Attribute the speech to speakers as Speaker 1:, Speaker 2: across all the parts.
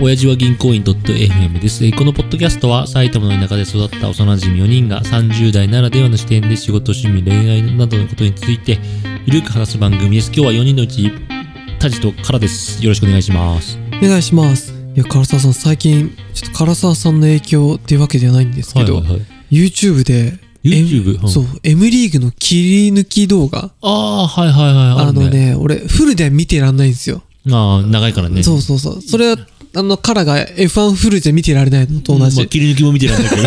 Speaker 1: 親父は銀行員 .fm です。えーこのポッドキャストは埼玉の田舎で育った幼馴染4人が30代ならではの視点で仕事、趣味、恋愛などのことについてゆるく話す番組です。今日は4人のうち、タジとカラです。よろしくお願いします。
Speaker 2: お願いしますいや唐沢さん最近ちょっと唐沢さんの影響っていうわけではないんですけど、
Speaker 1: はいはいはい
Speaker 2: YouTube で
Speaker 1: YouTube うん
Speaker 2: そう M リーグの切り抜き動画
Speaker 1: ああ、はいはいはい。
Speaker 2: あ
Speaker 1: る
Speaker 2: の。ね俺フルでは見てらんないんですよ、
Speaker 1: まあ、長いからね。
Speaker 2: そうそうそうそれはあのカラが F1 フルで見てられないのと同じ、
Speaker 1: まあ、切り抜きも見てないんだ けど、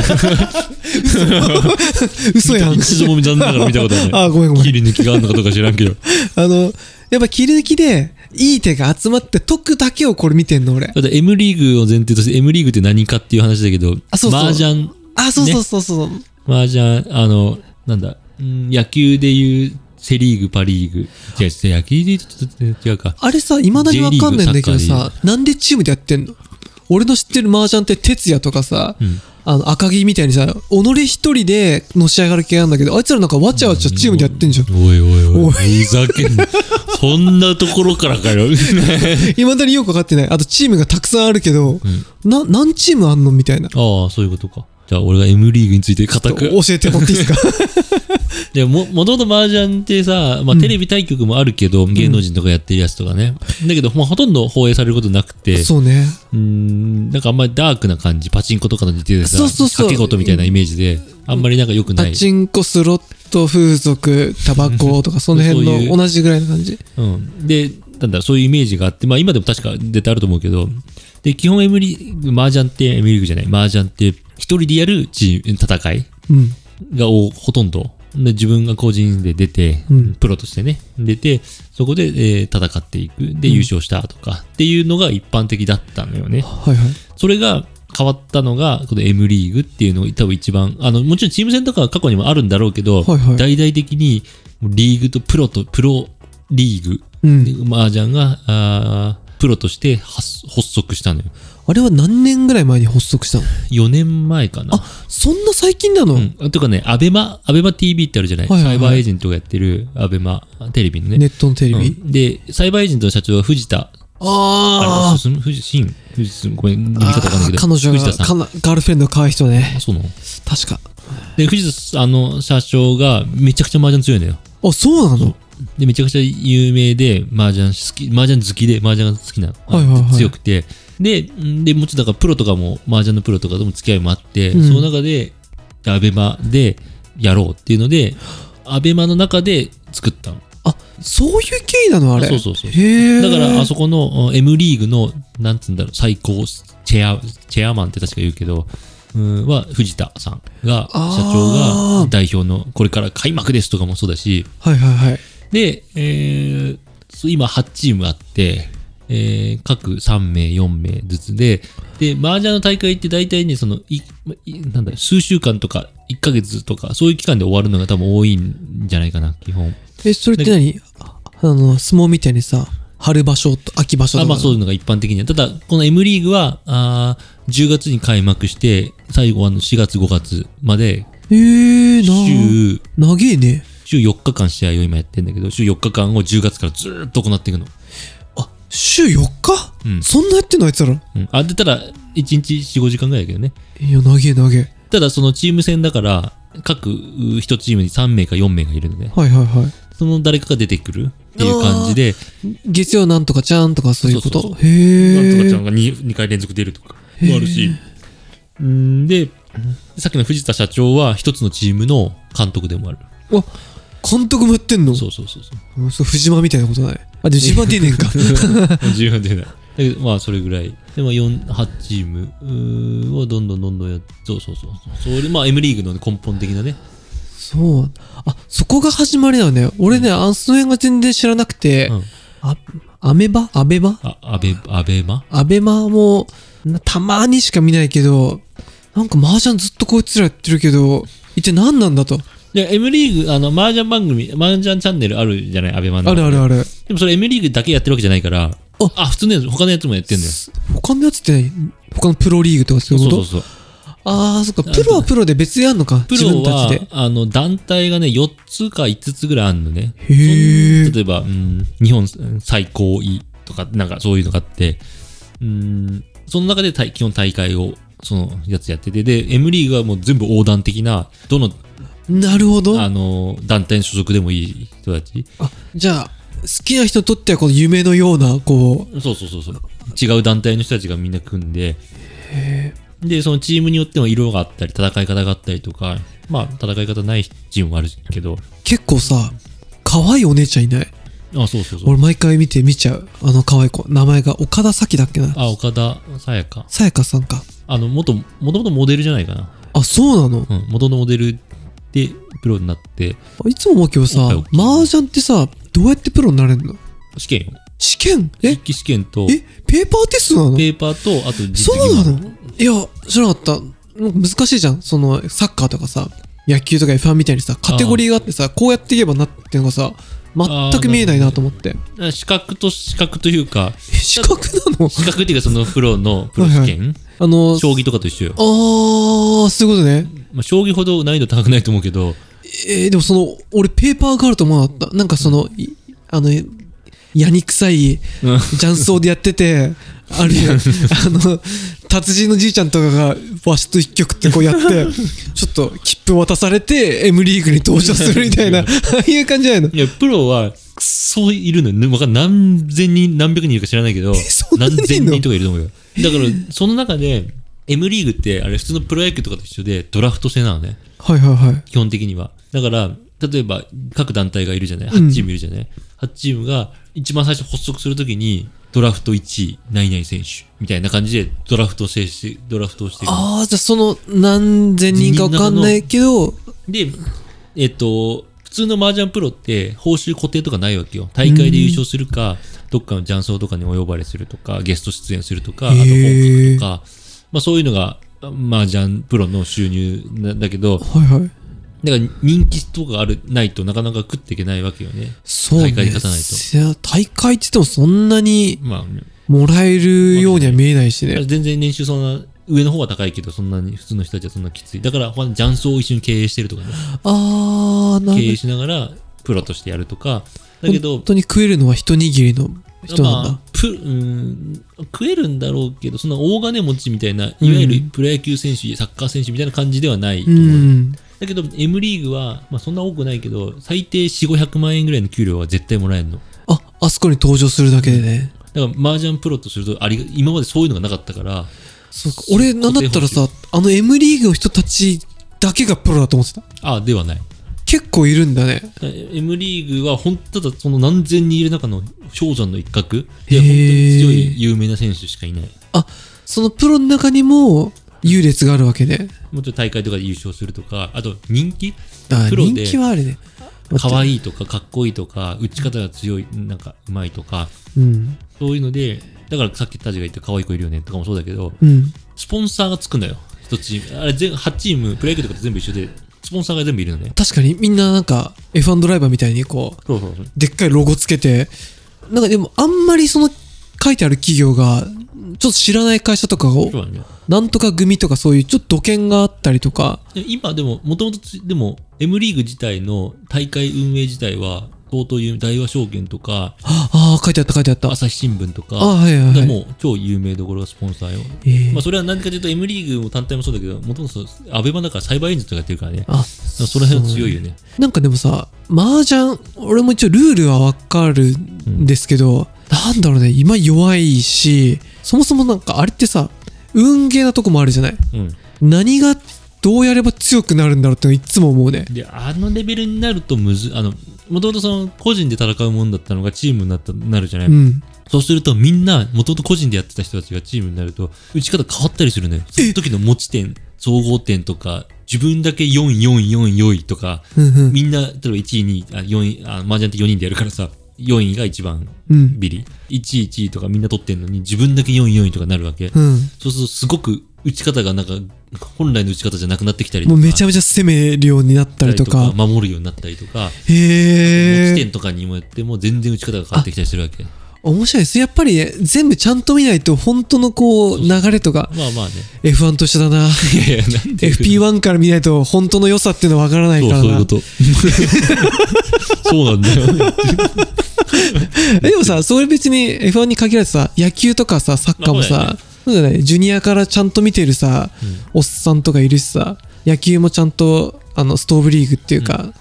Speaker 2: 嘘やん
Speaker 1: 一度も残念ながら見たことない。
Speaker 2: あごめんごめん
Speaker 1: 切り抜きがあるのかどうか知らんけ ど。
Speaker 2: あのやっぱ切り抜きでいい手が集まって解くだけをこれ見てんの俺
Speaker 1: ただ M リーグを前提として M リーグって何かっていう話だけど、
Speaker 2: あそうそう
Speaker 1: 麻雀、
Speaker 2: あそうそうそうそう、
Speaker 1: 麻雀、あの、なんだ、うん野球でいうセリーグ、パリーグ。違う違う、野球で言うとちょっと違うか。
Speaker 2: あれさ、いまだにわかんないんだけ
Speaker 1: J
Speaker 2: ど
Speaker 1: リーグサッ
Speaker 2: さ、なんでチームでやってんの俺の知ってる麻雀って、哲也とかさ、
Speaker 1: ん
Speaker 2: あの赤木みたいにさ、己一人でのし上がる系なんだけど、あいつらなんかわちゃわちゃチームでやってんじゃん。
Speaker 1: おいおいおい、ふざけんな。そんなところから かよ。
Speaker 2: いまだによくわかってない。あとチームがたくさんあるけど、な、何チームあんのみたいな。
Speaker 1: ああ、そういうことか。じゃあ俺が M リーグについて固
Speaker 2: 教
Speaker 1: く。
Speaker 2: えてもらっていいで すか
Speaker 1: でも、もともと麻雀ってさ、まあ、テレビ対局もあるけど、芸能人とかやってるやつとかね。だけど、まあ、ほとんど放映されることなくて、う
Speaker 2: そうね。
Speaker 1: ーん、なんかあんまりダークな感じ、パチンコとかの似てるさ、
Speaker 2: そうそうそう
Speaker 1: 掛け事みたいなイメージで、あんまりなんか良くな
Speaker 2: パ
Speaker 1: い。
Speaker 2: チンコ、スロット、風俗、タバコとか、その
Speaker 1: そうい
Speaker 2: 辺
Speaker 1: う
Speaker 2: の同じぐらいの感じ。
Speaker 1: うん。で、なんだ、そういうイメージがあって、まあ、今でも確か絶対あると思うけど、で、基本 M リーグ、麻雀って、M リーグじゃない、麻雀って、一人でやるチーム、戦い
Speaker 2: うん。
Speaker 1: がおほとんど。で自分が個人で出て、
Speaker 2: うん
Speaker 1: プロとしてね、出て、そこで、えー戦っていく。で、優勝したとか、っていうのが一般的だったのよね。
Speaker 2: はいはい。
Speaker 1: それが変わったのが、この M リーグっていうのが多分一番、あの、もちろんチーム戦とかは過去にもあるんだろうけど、
Speaker 2: はいはい
Speaker 1: 大々的にリーグとプロと、プロリーグ、
Speaker 2: うん。
Speaker 1: 麻雀が、あープロとして発発足したのよ。
Speaker 2: あれは何年ぐらい前に発足したの
Speaker 1: 4年前かな。
Speaker 2: あ、そんな最近なの、
Speaker 1: うん。とかね、アベマ、アベマ TV ってあるじゃない,、
Speaker 2: はいはいはい
Speaker 1: サイバーエージェントがやってるアベマテレビのね。
Speaker 2: ネットのテレビ。
Speaker 1: うんで、サイバーエージェントの社長は藤田。
Speaker 2: あ
Speaker 1: れ、進む藤新藤進ごめん、
Speaker 2: ー
Speaker 1: 読み方わかんないけど。
Speaker 2: 彼女
Speaker 1: 藤田
Speaker 2: が
Speaker 1: さん。
Speaker 2: かなガールフレンド可愛い人ね
Speaker 1: あそうなの
Speaker 2: 確か
Speaker 1: で、藤田さん、あの、社長がめちゃくちゃ麻雀強いのよ。
Speaker 2: あそうなの
Speaker 1: で、めちゃくちゃ有名で、麻雀好き、麻雀好きで、麻雀が好きなの。
Speaker 2: はいはいはい
Speaker 1: 強くて。で、んで、もちろんだからプロとかも、麻雀のプロとかとも付き合いもあって、
Speaker 2: うん
Speaker 1: その中で、アベマでやろうっていうので、アベマの中で作ったの。
Speaker 2: あそういう経緯なのあれ
Speaker 1: そうそうそう
Speaker 2: へえ
Speaker 1: だから、あそこのうん M リーグの、なんつうんだろう、最高チェア、チェアマンって確か言うけど、うんは藤田さんが、社
Speaker 2: あ
Speaker 1: 長
Speaker 2: ー
Speaker 1: が代表の、これから開幕ですとかもそうだし、
Speaker 2: はいはいはい
Speaker 1: で、えーそう今8チームあって、えー各3名、4名ずつで、で、麻雀の大会って大体ね、その、い、いなんだろう、数週間とか、1ヶ月とか、そういう期間で終わるのが多分多いんじゃないかな、基本。
Speaker 2: えそれって何あの相撲みたいにさ春場所と秋場所と
Speaker 1: あ
Speaker 2: か
Speaker 1: まあそういうのが一般的には。ただ、この M リーグは、あー10月に開幕して、最後はあの4月5月まで、
Speaker 2: へえな
Speaker 1: 週、
Speaker 2: 長えね
Speaker 1: 週4日間試合を今やってんだけど、週4日間を10月からずーっと行っていくの。
Speaker 2: あ週4日、
Speaker 1: うん
Speaker 2: そんなやってんのあいつら
Speaker 1: うん。あ、で、ただ、1日4、5時間ぐらいだけどね。
Speaker 2: いや長え長え
Speaker 1: ただ、そのチーム戦だから、各1チームに3名か4名がいるので、
Speaker 2: はいはいはい
Speaker 1: その誰かが出てくるっていう感じで、
Speaker 2: 月曜なんとかちゃんとかそういうこ
Speaker 1: そ
Speaker 2: と
Speaker 1: うそうなんとか
Speaker 2: へ
Speaker 1: ちゃ
Speaker 2: え
Speaker 1: んが 2, 回連続出るとかもあるし。うんで、さっきの藤田社長は一つのチームの監督でもある。
Speaker 2: あ監督もやってんの
Speaker 1: そうそうそうそう。
Speaker 2: うんそう藤間みたいなことないあでも自分は出ねえんか
Speaker 1: 自分でない。だけどまあそれぐらい。で、まあ4、8チームうーをどんどんどんどんやっそうそうそうそう。それ、まあ M リーグのね根本的なね。
Speaker 2: そう。あ、そこが始まりなんだよ。俺ね、あその辺が全然知らなくて、
Speaker 1: うん
Speaker 2: あ、アメバアベマ
Speaker 1: あ、アベ、アベマ
Speaker 2: アベマも、なたまにしか見ないけど、なんか麻雀ずっとこいつらやってるけど、一体何なんだと。
Speaker 1: で、M リーグ、あの、麻雀番組、麻雀チャンネルあるじゃないアベマの。
Speaker 2: あるあるある。
Speaker 1: でもそれ M リーグだけやってるわけじゃないから、あ、普通のやつ、他のやつもやってんだよ。
Speaker 2: 他のやつって何他のプロリーグとかそういう
Speaker 1: そ
Speaker 2: こ
Speaker 1: う
Speaker 2: と
Speaker 1: そうそう。
Speaker 2: ああ、そっか。プロはプロで別でやんのか。
Speaker 1: プ
Speaker 2: 自
Speaker 1: ロ
Speaker 2: 分た
Speaker 1: は
Speaker 2: ちで。
Speaker 1: あの団体がね4つか5つぐらいあるのね
Speaker 2: へえ。
Speaker 1: 例えば、うん、日本最高位とかなんかそういうのがあってうんその中で大基本大会を、そのやつやってて、で、M リーグはもう全部横断的な、どの、
Speaker 2: なるほど
Speaker 1: あ
Speaker 2: あ
Speaker 1: の、団体の所属でもいい人たち。
Speaker 2: じゃあ好きな人にとってはこの夢のようなこ
Speaker 1: そうそうそうそう。違う団体の人たちがみんな組んで、で、そのチームによっても色があったり、戦い方があったりとか、まあ、戦い方ないチームもあるけど、
Speaker 2: う結構さ可愛いお姉ちゃんいない
Speaker 1: あ、そうそうそう。
Speaker 2: 俺毎回見て見ちゃうあの可愛い子名前が岡田咲だっけな
Speaker 1: あ、岡田さやか。
Speaker 2: さやかさんか
Speaker 1: あの、元、もともとモデルじゃないかな。
Speaker 2: あそうなの
Speaker 1: うん、元のモデルでプロになって、
Speaker 2: いつも思うけどさ
Speaker 1: おっぱい大きい
Speaker 2: 麻雀ってさどうやってプロになれるの
Speaker 1: 試験よ。
Speaker 2: 試験え
Speaker 1: 筆記試験と、
Speaker 2: えペーパーテストなの
Speaker 1: ペーパーと、あと実
Speaker 2: そ
Speaker 1: 技
Speaker 2: う
Speaker 1: も
Speaker 2: なのいや知らなかったなんか難しいじゃんそのサッカーとかさ野球とか F1 みたいにさカテゴリーがあってさこうやっていけばなっていうのがさ全く見えないなと思って
Speaker 1: あ資格と資格というか、
Speaker 2: え資格なの
Speaker 1: 資格っていうかそのプロのプロ試験、
Speaker 2: あの
Speaker 1: 将棋とかと一緒よ。
Speaker 2: ああそういうことね
Speaker 1: まあ、将棋ほど難易度高くないと思うけど、
Speaker 2: えー、でもその俺ペーパーがあると思わなかったなんかその、いあのやにくさい
Speaker 1: うん
Speaker 2: 雀荘でやっ ててあるいはあの達人のじいちゃんとかがわしと一曲ってこうやって ちょっと切符渡されて M リーグに登場するみたいなああいう感じじゃないの
Speaker 1: いや、プロは、くそいるのよね。わかん何千人、何百人いるか知らないけど、
Speaker 2: そんなに
Speaker 1: 何
Speaker 2: いんの
Speaker 1: 千人とかいると思うよ。だから、その中で、M リーグって、あれ、普通のプロ野球とかと一緒で、ドラフト制なのね。
Speaker 2: はいはいはい
Speaker 1: 基本的には。だから、例えば、各団体がいるじゃない ?8 チームいるじゃない、?8 チームが、一番最初発足するときに、ドラフト1位、何々選手、みたいな感じで、ドラフト制して、ドラフトをしていく。
Speaker 2: ああじゃあその何千人か分かんないけど
Speaker 1: で、えっと、普通の麻雀プロって報酬固定とかないわけよ。大会で優勝するか、どっかの雀荘とかにお呼ばれするとか、ゲスト出演するとか、あと
Speaker 2: へ
Speaker 1: 本
Speaker 2: ー
Speaker 1: 格とか、まあそういうのが麻雀プロの収入なんだけど、
Speaker 2: はいはい
Speaker 1: だから人気とかある、ないとなかなか食っていけないわけよね。
Speaker 2: そうね
Speaker 1: 大会に勝たないと
Speaker 2: いや大会って言ってもそんなに
Speaker 1: まあ、
Speaker 2: もらえるようには見えないしね
Speaker 1: 全然年収そんな、上の方は高いけど、そんなに、普通の人たちはそんなきつい。だから、他の雀荘を一緒に経営してるとかね。
Speaker 2: あー、な
Speaker 1: 経営
Speaker 2: る
Speaker 1: しながら、プロとしてやるとか。だ
Speaker 2: ほ
Speaker 1: け
Speaker 2: ど。
Speaker 1: ど
Speaker 2: 本、当に食えるのは一握りの人なんだ。
Speaker 1: まあ、プうん食えるんだろうけど、そんな大金持ちみたいな、いわゆるプロ野球選手、サッカー選手みたいな感じではないと
Speaker 2: う
Speaker 1: 思う。
Speaker 2: ん。
Speaker 1: だけど、M リーグは、まあ、そんな多くないけど、最低4、500万円ぐらいの給料は絶対もらえるの。
Speaker 2: あ、あそこに登場するだけでね。
Speaker 1: だから、麻雀プロとするとありが、今までそういうのがなかったから、
Speaker 2: そうか。俺、なんだったらさ、あの M リーグの人たちだけがプロだと思ってた。
Speaker 1: ああ、ではない。
Speaker 2: 結構いるんだね。
Speaker 1: だから M リーグは、本当ただその何千人いる中の氷山の一角で、
Speaker 2: へー
Speaker 1: 本当に強い有名な選手しかいない。
Speaker 2: あ、そのプロの中にも優劣があるわけね。
Speaker 1: もうちょっと大会とかで優勝するとか、あと人気
Speaker 2: あ
Speaker 1: プロ
Speaker 2: 人
Speaker 1: で
Speaker 2: 気はあるね。
Speaker 1: 可愛いとかかっこいいとか打ち方が強いなんかうまいとか
Speaker 2: うん。
Speaker 1: そういうのでだからさっきタジが言った可愛い子いるよねとかもそうだけど
Speaker 2: うん。
Speaker 1: スポンサーがつくんだよ一チームあれ全8チームプロ野球とかと全部一緒でスポンサーが全部いるのね
Speaker 2: 確かにみんななんか F1 ドライバーみたいにこう、
Speaker 1: そうそうそう
Speaker 2: でっかいロゴつけて、なんかでもあんまりその書いてある企業が、ちょっと知らない会社とかを
Speaker 1: そうだね
Speaker 2: なんとか組とかそういうちょっと土建があったりとか、
Speaker 1: で今でももともとでも M リーグ自体の大会運営自体は相当有名大和証券とか
Speaker 2: ああ、書いてあった書いてあった。あ
Speaker 1: 朝日新聞と
Speaker 2: あ、
Speaker 1: か
Speaker 2: はいはいは
Speaker 1: が
Speaker 2: い。
Speaker 1: もう超有名どころがスポンサーよ
Speaker 2: えー
Speaker 1: まあそれは何かというと M リーグも単体もそうだけどもともとアベマだからサイバーエンジンとかやってるからね
Speaker 2: あ、
Speaker 1: だからその辺は強いよね。
Speaker 2: なんかでもさ、麻雀、俺も一応ルールはわかるんですけど、なんだろうね、今弱いし、そもそもなんかあれってさ、運ゲーなとこもあるじゃない
Speaker 1: うん。
Speaker 2: 何がどうやれば強くなるんだろうってのいつも思うね。
Speaker 1: で、あのレベルになるとむず、あの、もともとその個人で戦うもんだったのがチームになった、なるじゃない、
Speaker 2: うん。
Speaker 1: そうするとみんな、もともと個人でやってた人たちがチームになると、打ち方変わったりするのよ。その時の持ち点、総合点とか、自分だけ4、4、4、4位とか、
Speaker 2: うんうん。
Speaker 1: みんな、例えば1位、2位、あ、4位、あ、麻雀って4人でやるからさ、4位が一番
Speaker 2: うん。
Speaker 1: ビリ。1位、1位とかみんな取ってんのに、自分だけ4位、4位とかなるわけ。
Speaker 2: うん。
Speaker 1: そうするとすごく打ち方がなんか、本来の打ち方じゃなくなってきたりと
Speaker 2: も
Speaker 1: か。
Speaker 2: うめちゃめちゃ攻めるようになったりとか。
Speaker 1: 守るようになったりとか、持ち
Speaker 2: へえ。
Speaker 1: 点とかにもよっても全然打ち方が変わってきたりするわけ。
Speaker 2: 面白いです。やっぱりね、全部ちゃんと見ないと、本当のこう、流れとか、
Speaker 1: まあまあね。
Speaker 2: F1 と一緒だな。
Speaker 1: いやいや、なんで
Speaker 2: FP1 から見ないと本当の良さっていうのは分からない
Speaker 1: そう
Speaker 2: から
Speaker 1: そういうこ
Speaker 2: な。
Speaker 1: と。 そうなんだよ。
Speaker 2: えでもさ、それ別に F1 に限らずさ、野球とかさ、サッカーも
Speaker 1: まあ
Speaker 2: さ、そうじゃないジュニアからちゃんと見てるさ、おっさんとかいるしさ野球もちゃんとあのストーブリーグっていうか、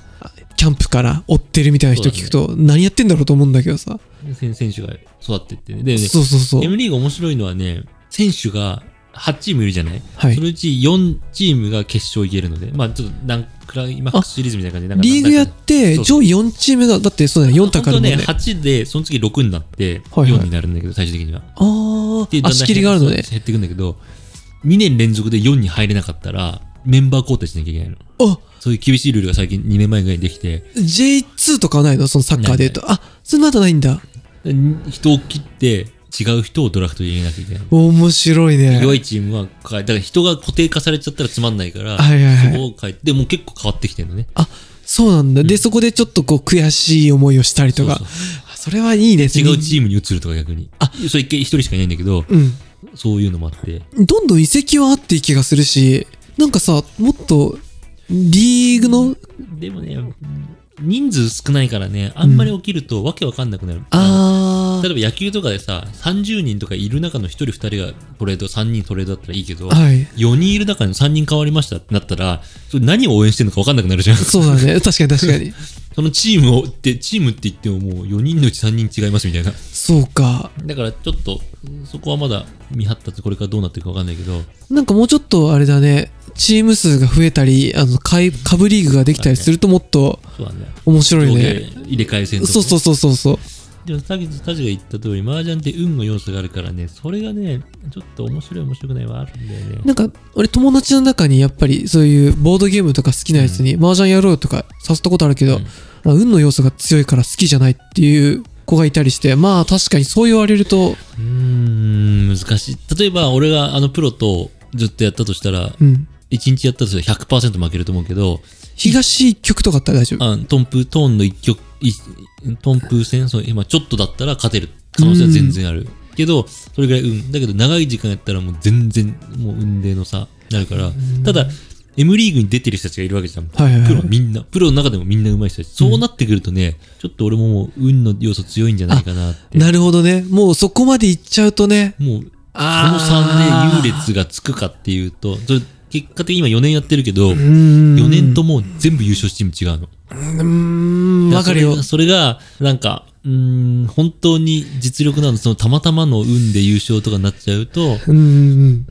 Speaker 2: キャンプから追ってるみたいな人聞くと、何やってんだろうと思うんだけどさ、
Speaker 1: 選選手が育ってってね。でね、
Speaker 2: そうそうそう
Speaker 1: M リーグ面白いのはね、選手が8チームいるじゃない、
Speaker 2: はい
Speaker 1: そのうち4チームが決勝いけるので、まあちょっとなんクライマックスシリーズみたいな感じで、なんか
Speaker 2: リーグやっ
Speaker 1: なん
Speaker 2: て
Speaker 1: か
Speaker 2: 上位4チームがだってそうだよ4
Speaker 1: 本
Speaker 2: 高
Speaker 1: 当
Speaker 2: ある
Speaker 1: は
Speaker 2: もんね
Speaker 1: ね、8で、その次6になって、
Speaker 2: はいはい
Speaker 1: 4になるんだけど、最終的には。
Speaker 2: あ
Speaker 1: で
Speaker 2: あ足切りがあるのね
Speaker 1: 減ってくんだけど、2年連続で4に入れなかったら、メンバー交代しなきゃいけないの。
Speaker 2: あ
Speaker 1: そういう厳しいルールが最近2年前ぐらいにできて、
Speaker 2: J2 とかはないのそのサッカーでいうとあそんなことないんだ
Speaker 1: 人を切って、違う人をドラフトで入れなきゃいけないの。
Speaker 2: 面白いね
Speaker 1: 弱いチームは変え、だから人が固定化されちゃったらつまんないから、
Speaker 2: はいはいはい
Speaker 1: そこを変えて、でもう結構変わってきてるのね。
Speaker 2: あそうなんだ、でそこでちょっとこう悔しい思いをしたりとか
Speaker 1: そうそ
Speaker 2: あそれはいいです
Speaker 1: 違
Speaker 2: ね
Speaker 1: うチームに移るとか逆に。あ、それ一一人しかいないんだけど、
Speaker 2: う
Speaker 1: そういうのもあって。
Speaker 2: んどんどん移籍はあっていい気がするしなんかさもっとリーグの
Speaker 1: でもね、うん人数少ないからね、あんまり起きるとわけわかんなくなる。
Speaker 2: あ
Speaker 1: 例えば野球とかでさ、30人とかいる中の1人2人がトレード、3人トレードだったらいいけど、
Speaker 2: あはい
Speaker 1: 4人いる中に3人変わりましたってなったら、それ何を応援してるのかわかんなく なるじゃん。
Speaker 2: そうだね 確かに確かに
Speaker 1: そのチームをって、チームって言ってももう4人のうち3人違いますみたいな。
Speaker 2: そうか
Speaker 1: だからちょっと、そこはまだ未発達、これからどうなっていくかわかんないけど、
Speaker 2: なんかもうちょっとあれだねチーム数が増えたりあのかい株リーグができたりするともっと
Speaker 1: そうだね。
Speaker 2: 面白
Speaker 1: 上
Speaker 2: いね
Speaker 1: 下入れ替え戦とかね
Speaker 2: そうそうそうそうそう
Speaker 1: でもさっきタジが言った通り、麻雀って運の要素があるからね、それがね、ちょっと面白い面白くないはあるんだよね。
Speaker 2: なんか俺友達の中にやっぱりそういうボードゲームとか好きなやつに麻雀やろうとか誘ったことあるけど、
Speaker 1: うん
Speaker 2: あ運の要素が強いから好きじゃないっていう子がいたりしてまあ確かにそう言われると
Speaker 1: うーん、難しい。例えば俺があのプロとずっとやったとしたら、
Speaker 2: うん
Speaker 1: 1日やったとしたら100%負けると思うけど、
Speaker 2: 東一局とかあったら大丈夫
Speaker 1: あトンプ、トーンの一曲、いトンプ戦、そう今ちょっとだったら勝てる可能性は全然ある。けど、それぐらい運。だけど長い時間やったらもう全然、もう運命の差なるから、ただ、M リーグに出てる人たちがいるわけじゃん。
Speaker 2: はいはいはい
Speaker 1: プロはみんな、プロの中でもみんな上手い人たち。そうなってくるとね、ちょっと俺ももう運の要素強いんじゃないかなって。
Speaker 2: なるほどねもうそこまでいっちゃうとね
Speaker 1: もう、その
Speaker 2: あ
Speaker 1: 3
Speaker 2: ー
Speaker 1: で優劣がつくかっていうと、それ結果的に今4年やってるけど、
Speaker 2: うーん
Speaker 1: 4年とも全部優勝チーム違うの。
Speaker 2: うーんわかるよ
Speaker 1: それが、それがなんか、うーん、本当に実力なの、そのたまたまの運で優勝とかになっちゃうと、
Speaker 2: うんうん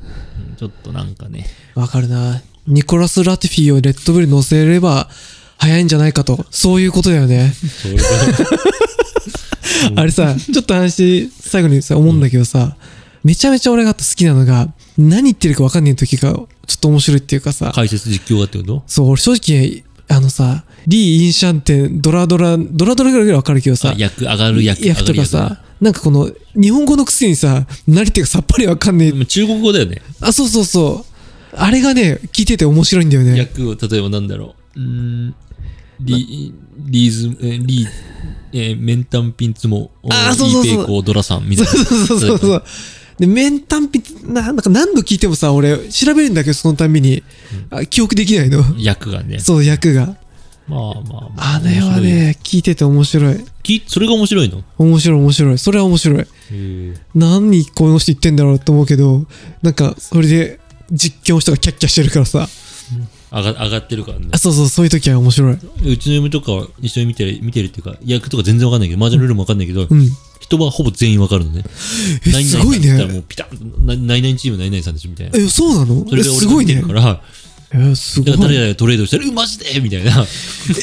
Speaker 1: ちょっとなんかね、
Speaker 2: うんわかるなニコラス・ラティフィーをレッドブルに乗せれば早いんじゃないかとそういうことだよね
Speaker 1: そういうこと
Speaker 2: あれさ、ちょっと話、最後にさ、思うんだけどさ、めちゃめちゃ俺が好きなのが、何言ってるか分かんない時が、ちょっと面白いっていうかさ、
Speaker 1: 解説実況がってこと
Speaker 2: そう、俺正直、あのさ、リー・インシャンテン、ドラドラ、ドラドラぐらい分かるけど さ
Speaker 1: あ、、役、上がる役、上
Speaker 2: ヤ
Speaker 1: が
Speaker 2: フ
Speaker 1: る
Speaker 2: とか
Speaker 1: 役だね。
Speaker 2: さ、なんかこの、日本語のくせにさ、何言ってるかさっぱり分かん
Speaker 1: で
Speaker 2: ねえ。
Speaker 1: も中国語だよね。
Speaker 2: あ、そうそうそう。あれがね、聞いてて面白いんだよね。
Speaker 1: 役を、例えばなんだろう。うーん、リ、リーズ、えーリー、えー、メンタンピンツモ、
Speaker 2: あー
Speaker 1: お
Speaker 2: そうそうそう
Speaker 1: イペイコードラさんみたいな。
Speaker 2: そうそうそうそう。で、面単品、ななんか何度聞いてもさ、俺、調べるんだけど、そのたんびに、あ記憶できないの。
Speaker 1: 役がね。
Speaker 2: そう、役が。
Speaker 1: まあまあまあ。
Speaker 2: あれは
Speaker 1: 面白い。
Speaker 2: ね、聞いてて面白い。
Speaker 1: きそれが面白いのへ
Speaker 2: 面白い、面白い。それは面白い。
Speaker 1: え。
Speaker 2: 何この人言ってんだろうと思うけど、なんか、それで、実況の人がキャッキャしてるからさ。
Speaker 1: 上が上がってるからね
Speaker 2: あ、。そうそう、そういう時は面白い。
Speaker 1: うちの嫁とかは一緒に見てる、見てるっていうか、役とか全然わかんないけど、マージャンルールもわかんないけど、
Speaker 2: うん。
Speaker 1: 人はほぼ全員わかるのね。
Speaker 2: え、
Speaker 1: 何々
Speaker 2: すごい
Speaker 1: さんって言ったらも
Speaker 2: ね。
Speaker 1: うピタッ、な何々チーム何々さんでしょみたいな。
Speaker 2: え、そうなの
Speaker 1: そ
Speaker 2: え、
Speaker 1: れで俺
Speaker 2: す
Speaker 1: が
Speaker 2: ご
Speaker 1: 見
Speaker 2: い
Speaker 1: て
Speaker 2: ね
Speaker 1: るか。ら、
Speaker 2: え、すご
Speaker 1: だから誰
Speaker 2: い。
Speaker 1: 々がトレードしたら、うマジでみたいな。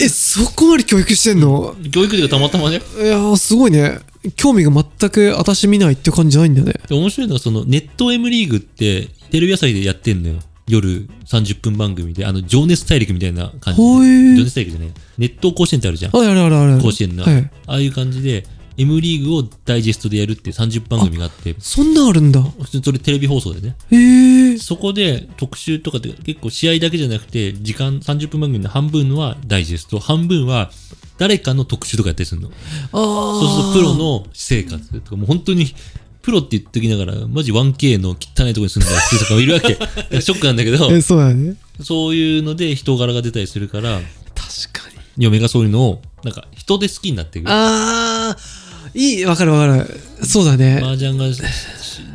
Speaker 2: え、そこまで教育してんの
Speaker 1: 教育というかたまたまね。
Speaker 2: いやー、すごいね。興味が全く私見ないって感じじゃないんだよね。
Speaker 1: で面白いのは、その、ネット M リーグって、テレビ朝日でやってんのよ。夜30分番組で、あの、情熱大陸みたいな感じ
Speaker 2: ほえ
Speaker 1: で。
Speaker 2: ー
Speaker 1: 情熱大陸じゃない。熱湯甲子園ってあるじゃん。
Speaker 2: あれあれあれあれ。
Speaker 1: 甲子園の。
Speaker 2: はい。
Speaker 1: ああいう感じで、M リーグをダイジェストでやるって30番組があって、
Speaker 2: そんなあるんだ。
Speaker 1: それテレビ放送でね。
Speaker 2: へえ。
Speaker 1: そこで特集とかで結構試合だけじゃなくて、時間30分番組の半分はダイジェスト、半分は誰かの特集とかやったりするの。
Speaker 2: ああ。
Speaker 1: そうするとプロの私生活とか、もう本当に、プロって言っときながら、マジ 1K の汚いところに住んだ人とかもいるわけ。だ からショックなんだけど、
Speaker 2: え、そうだね。
Speaker 1: そういうので人柄が出たりするから、
Speaker 2: 確かに。
Speaker 1: 嫁がそういうのを、なんか人で好きになっていく。
Speaker 2: あーいいわかるわかるそうだね
Speaker 1: 麻雀がし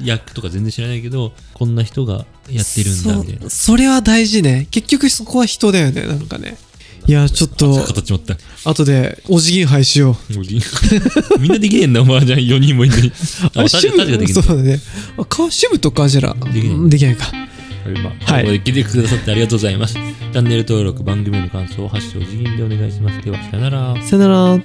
Speaker 1: 役とか全然知らないけど、こんな人がやってるんだみたいな
Speaker 2: そ。それは大事ね。結局そこは人だよね、なんかね。いや、ちょっと、
Speaker 1: あ語っちまった。
Speaker 2: 後で、お辞儀拝しよう。
Speaker 1: もうり みんなできねえんだ、お前じゃん。4人もいて。あ、確か確かでき
Speaker 2: そ
Speaker 1: ね
Speaker 2: うだね。あ、か、支部とか、じゃあ
Speaker 1: できない
Speaker 2: できないか。
Speaker 1: え。まあ、
Speaker 2: はい
Speaker 1: ここで聞いてくださってありがとうございます。チャンネル登録、番組への感想、ハッシュお辞儀でお願いします。では、さよなら。
Speaker 2: さよなら。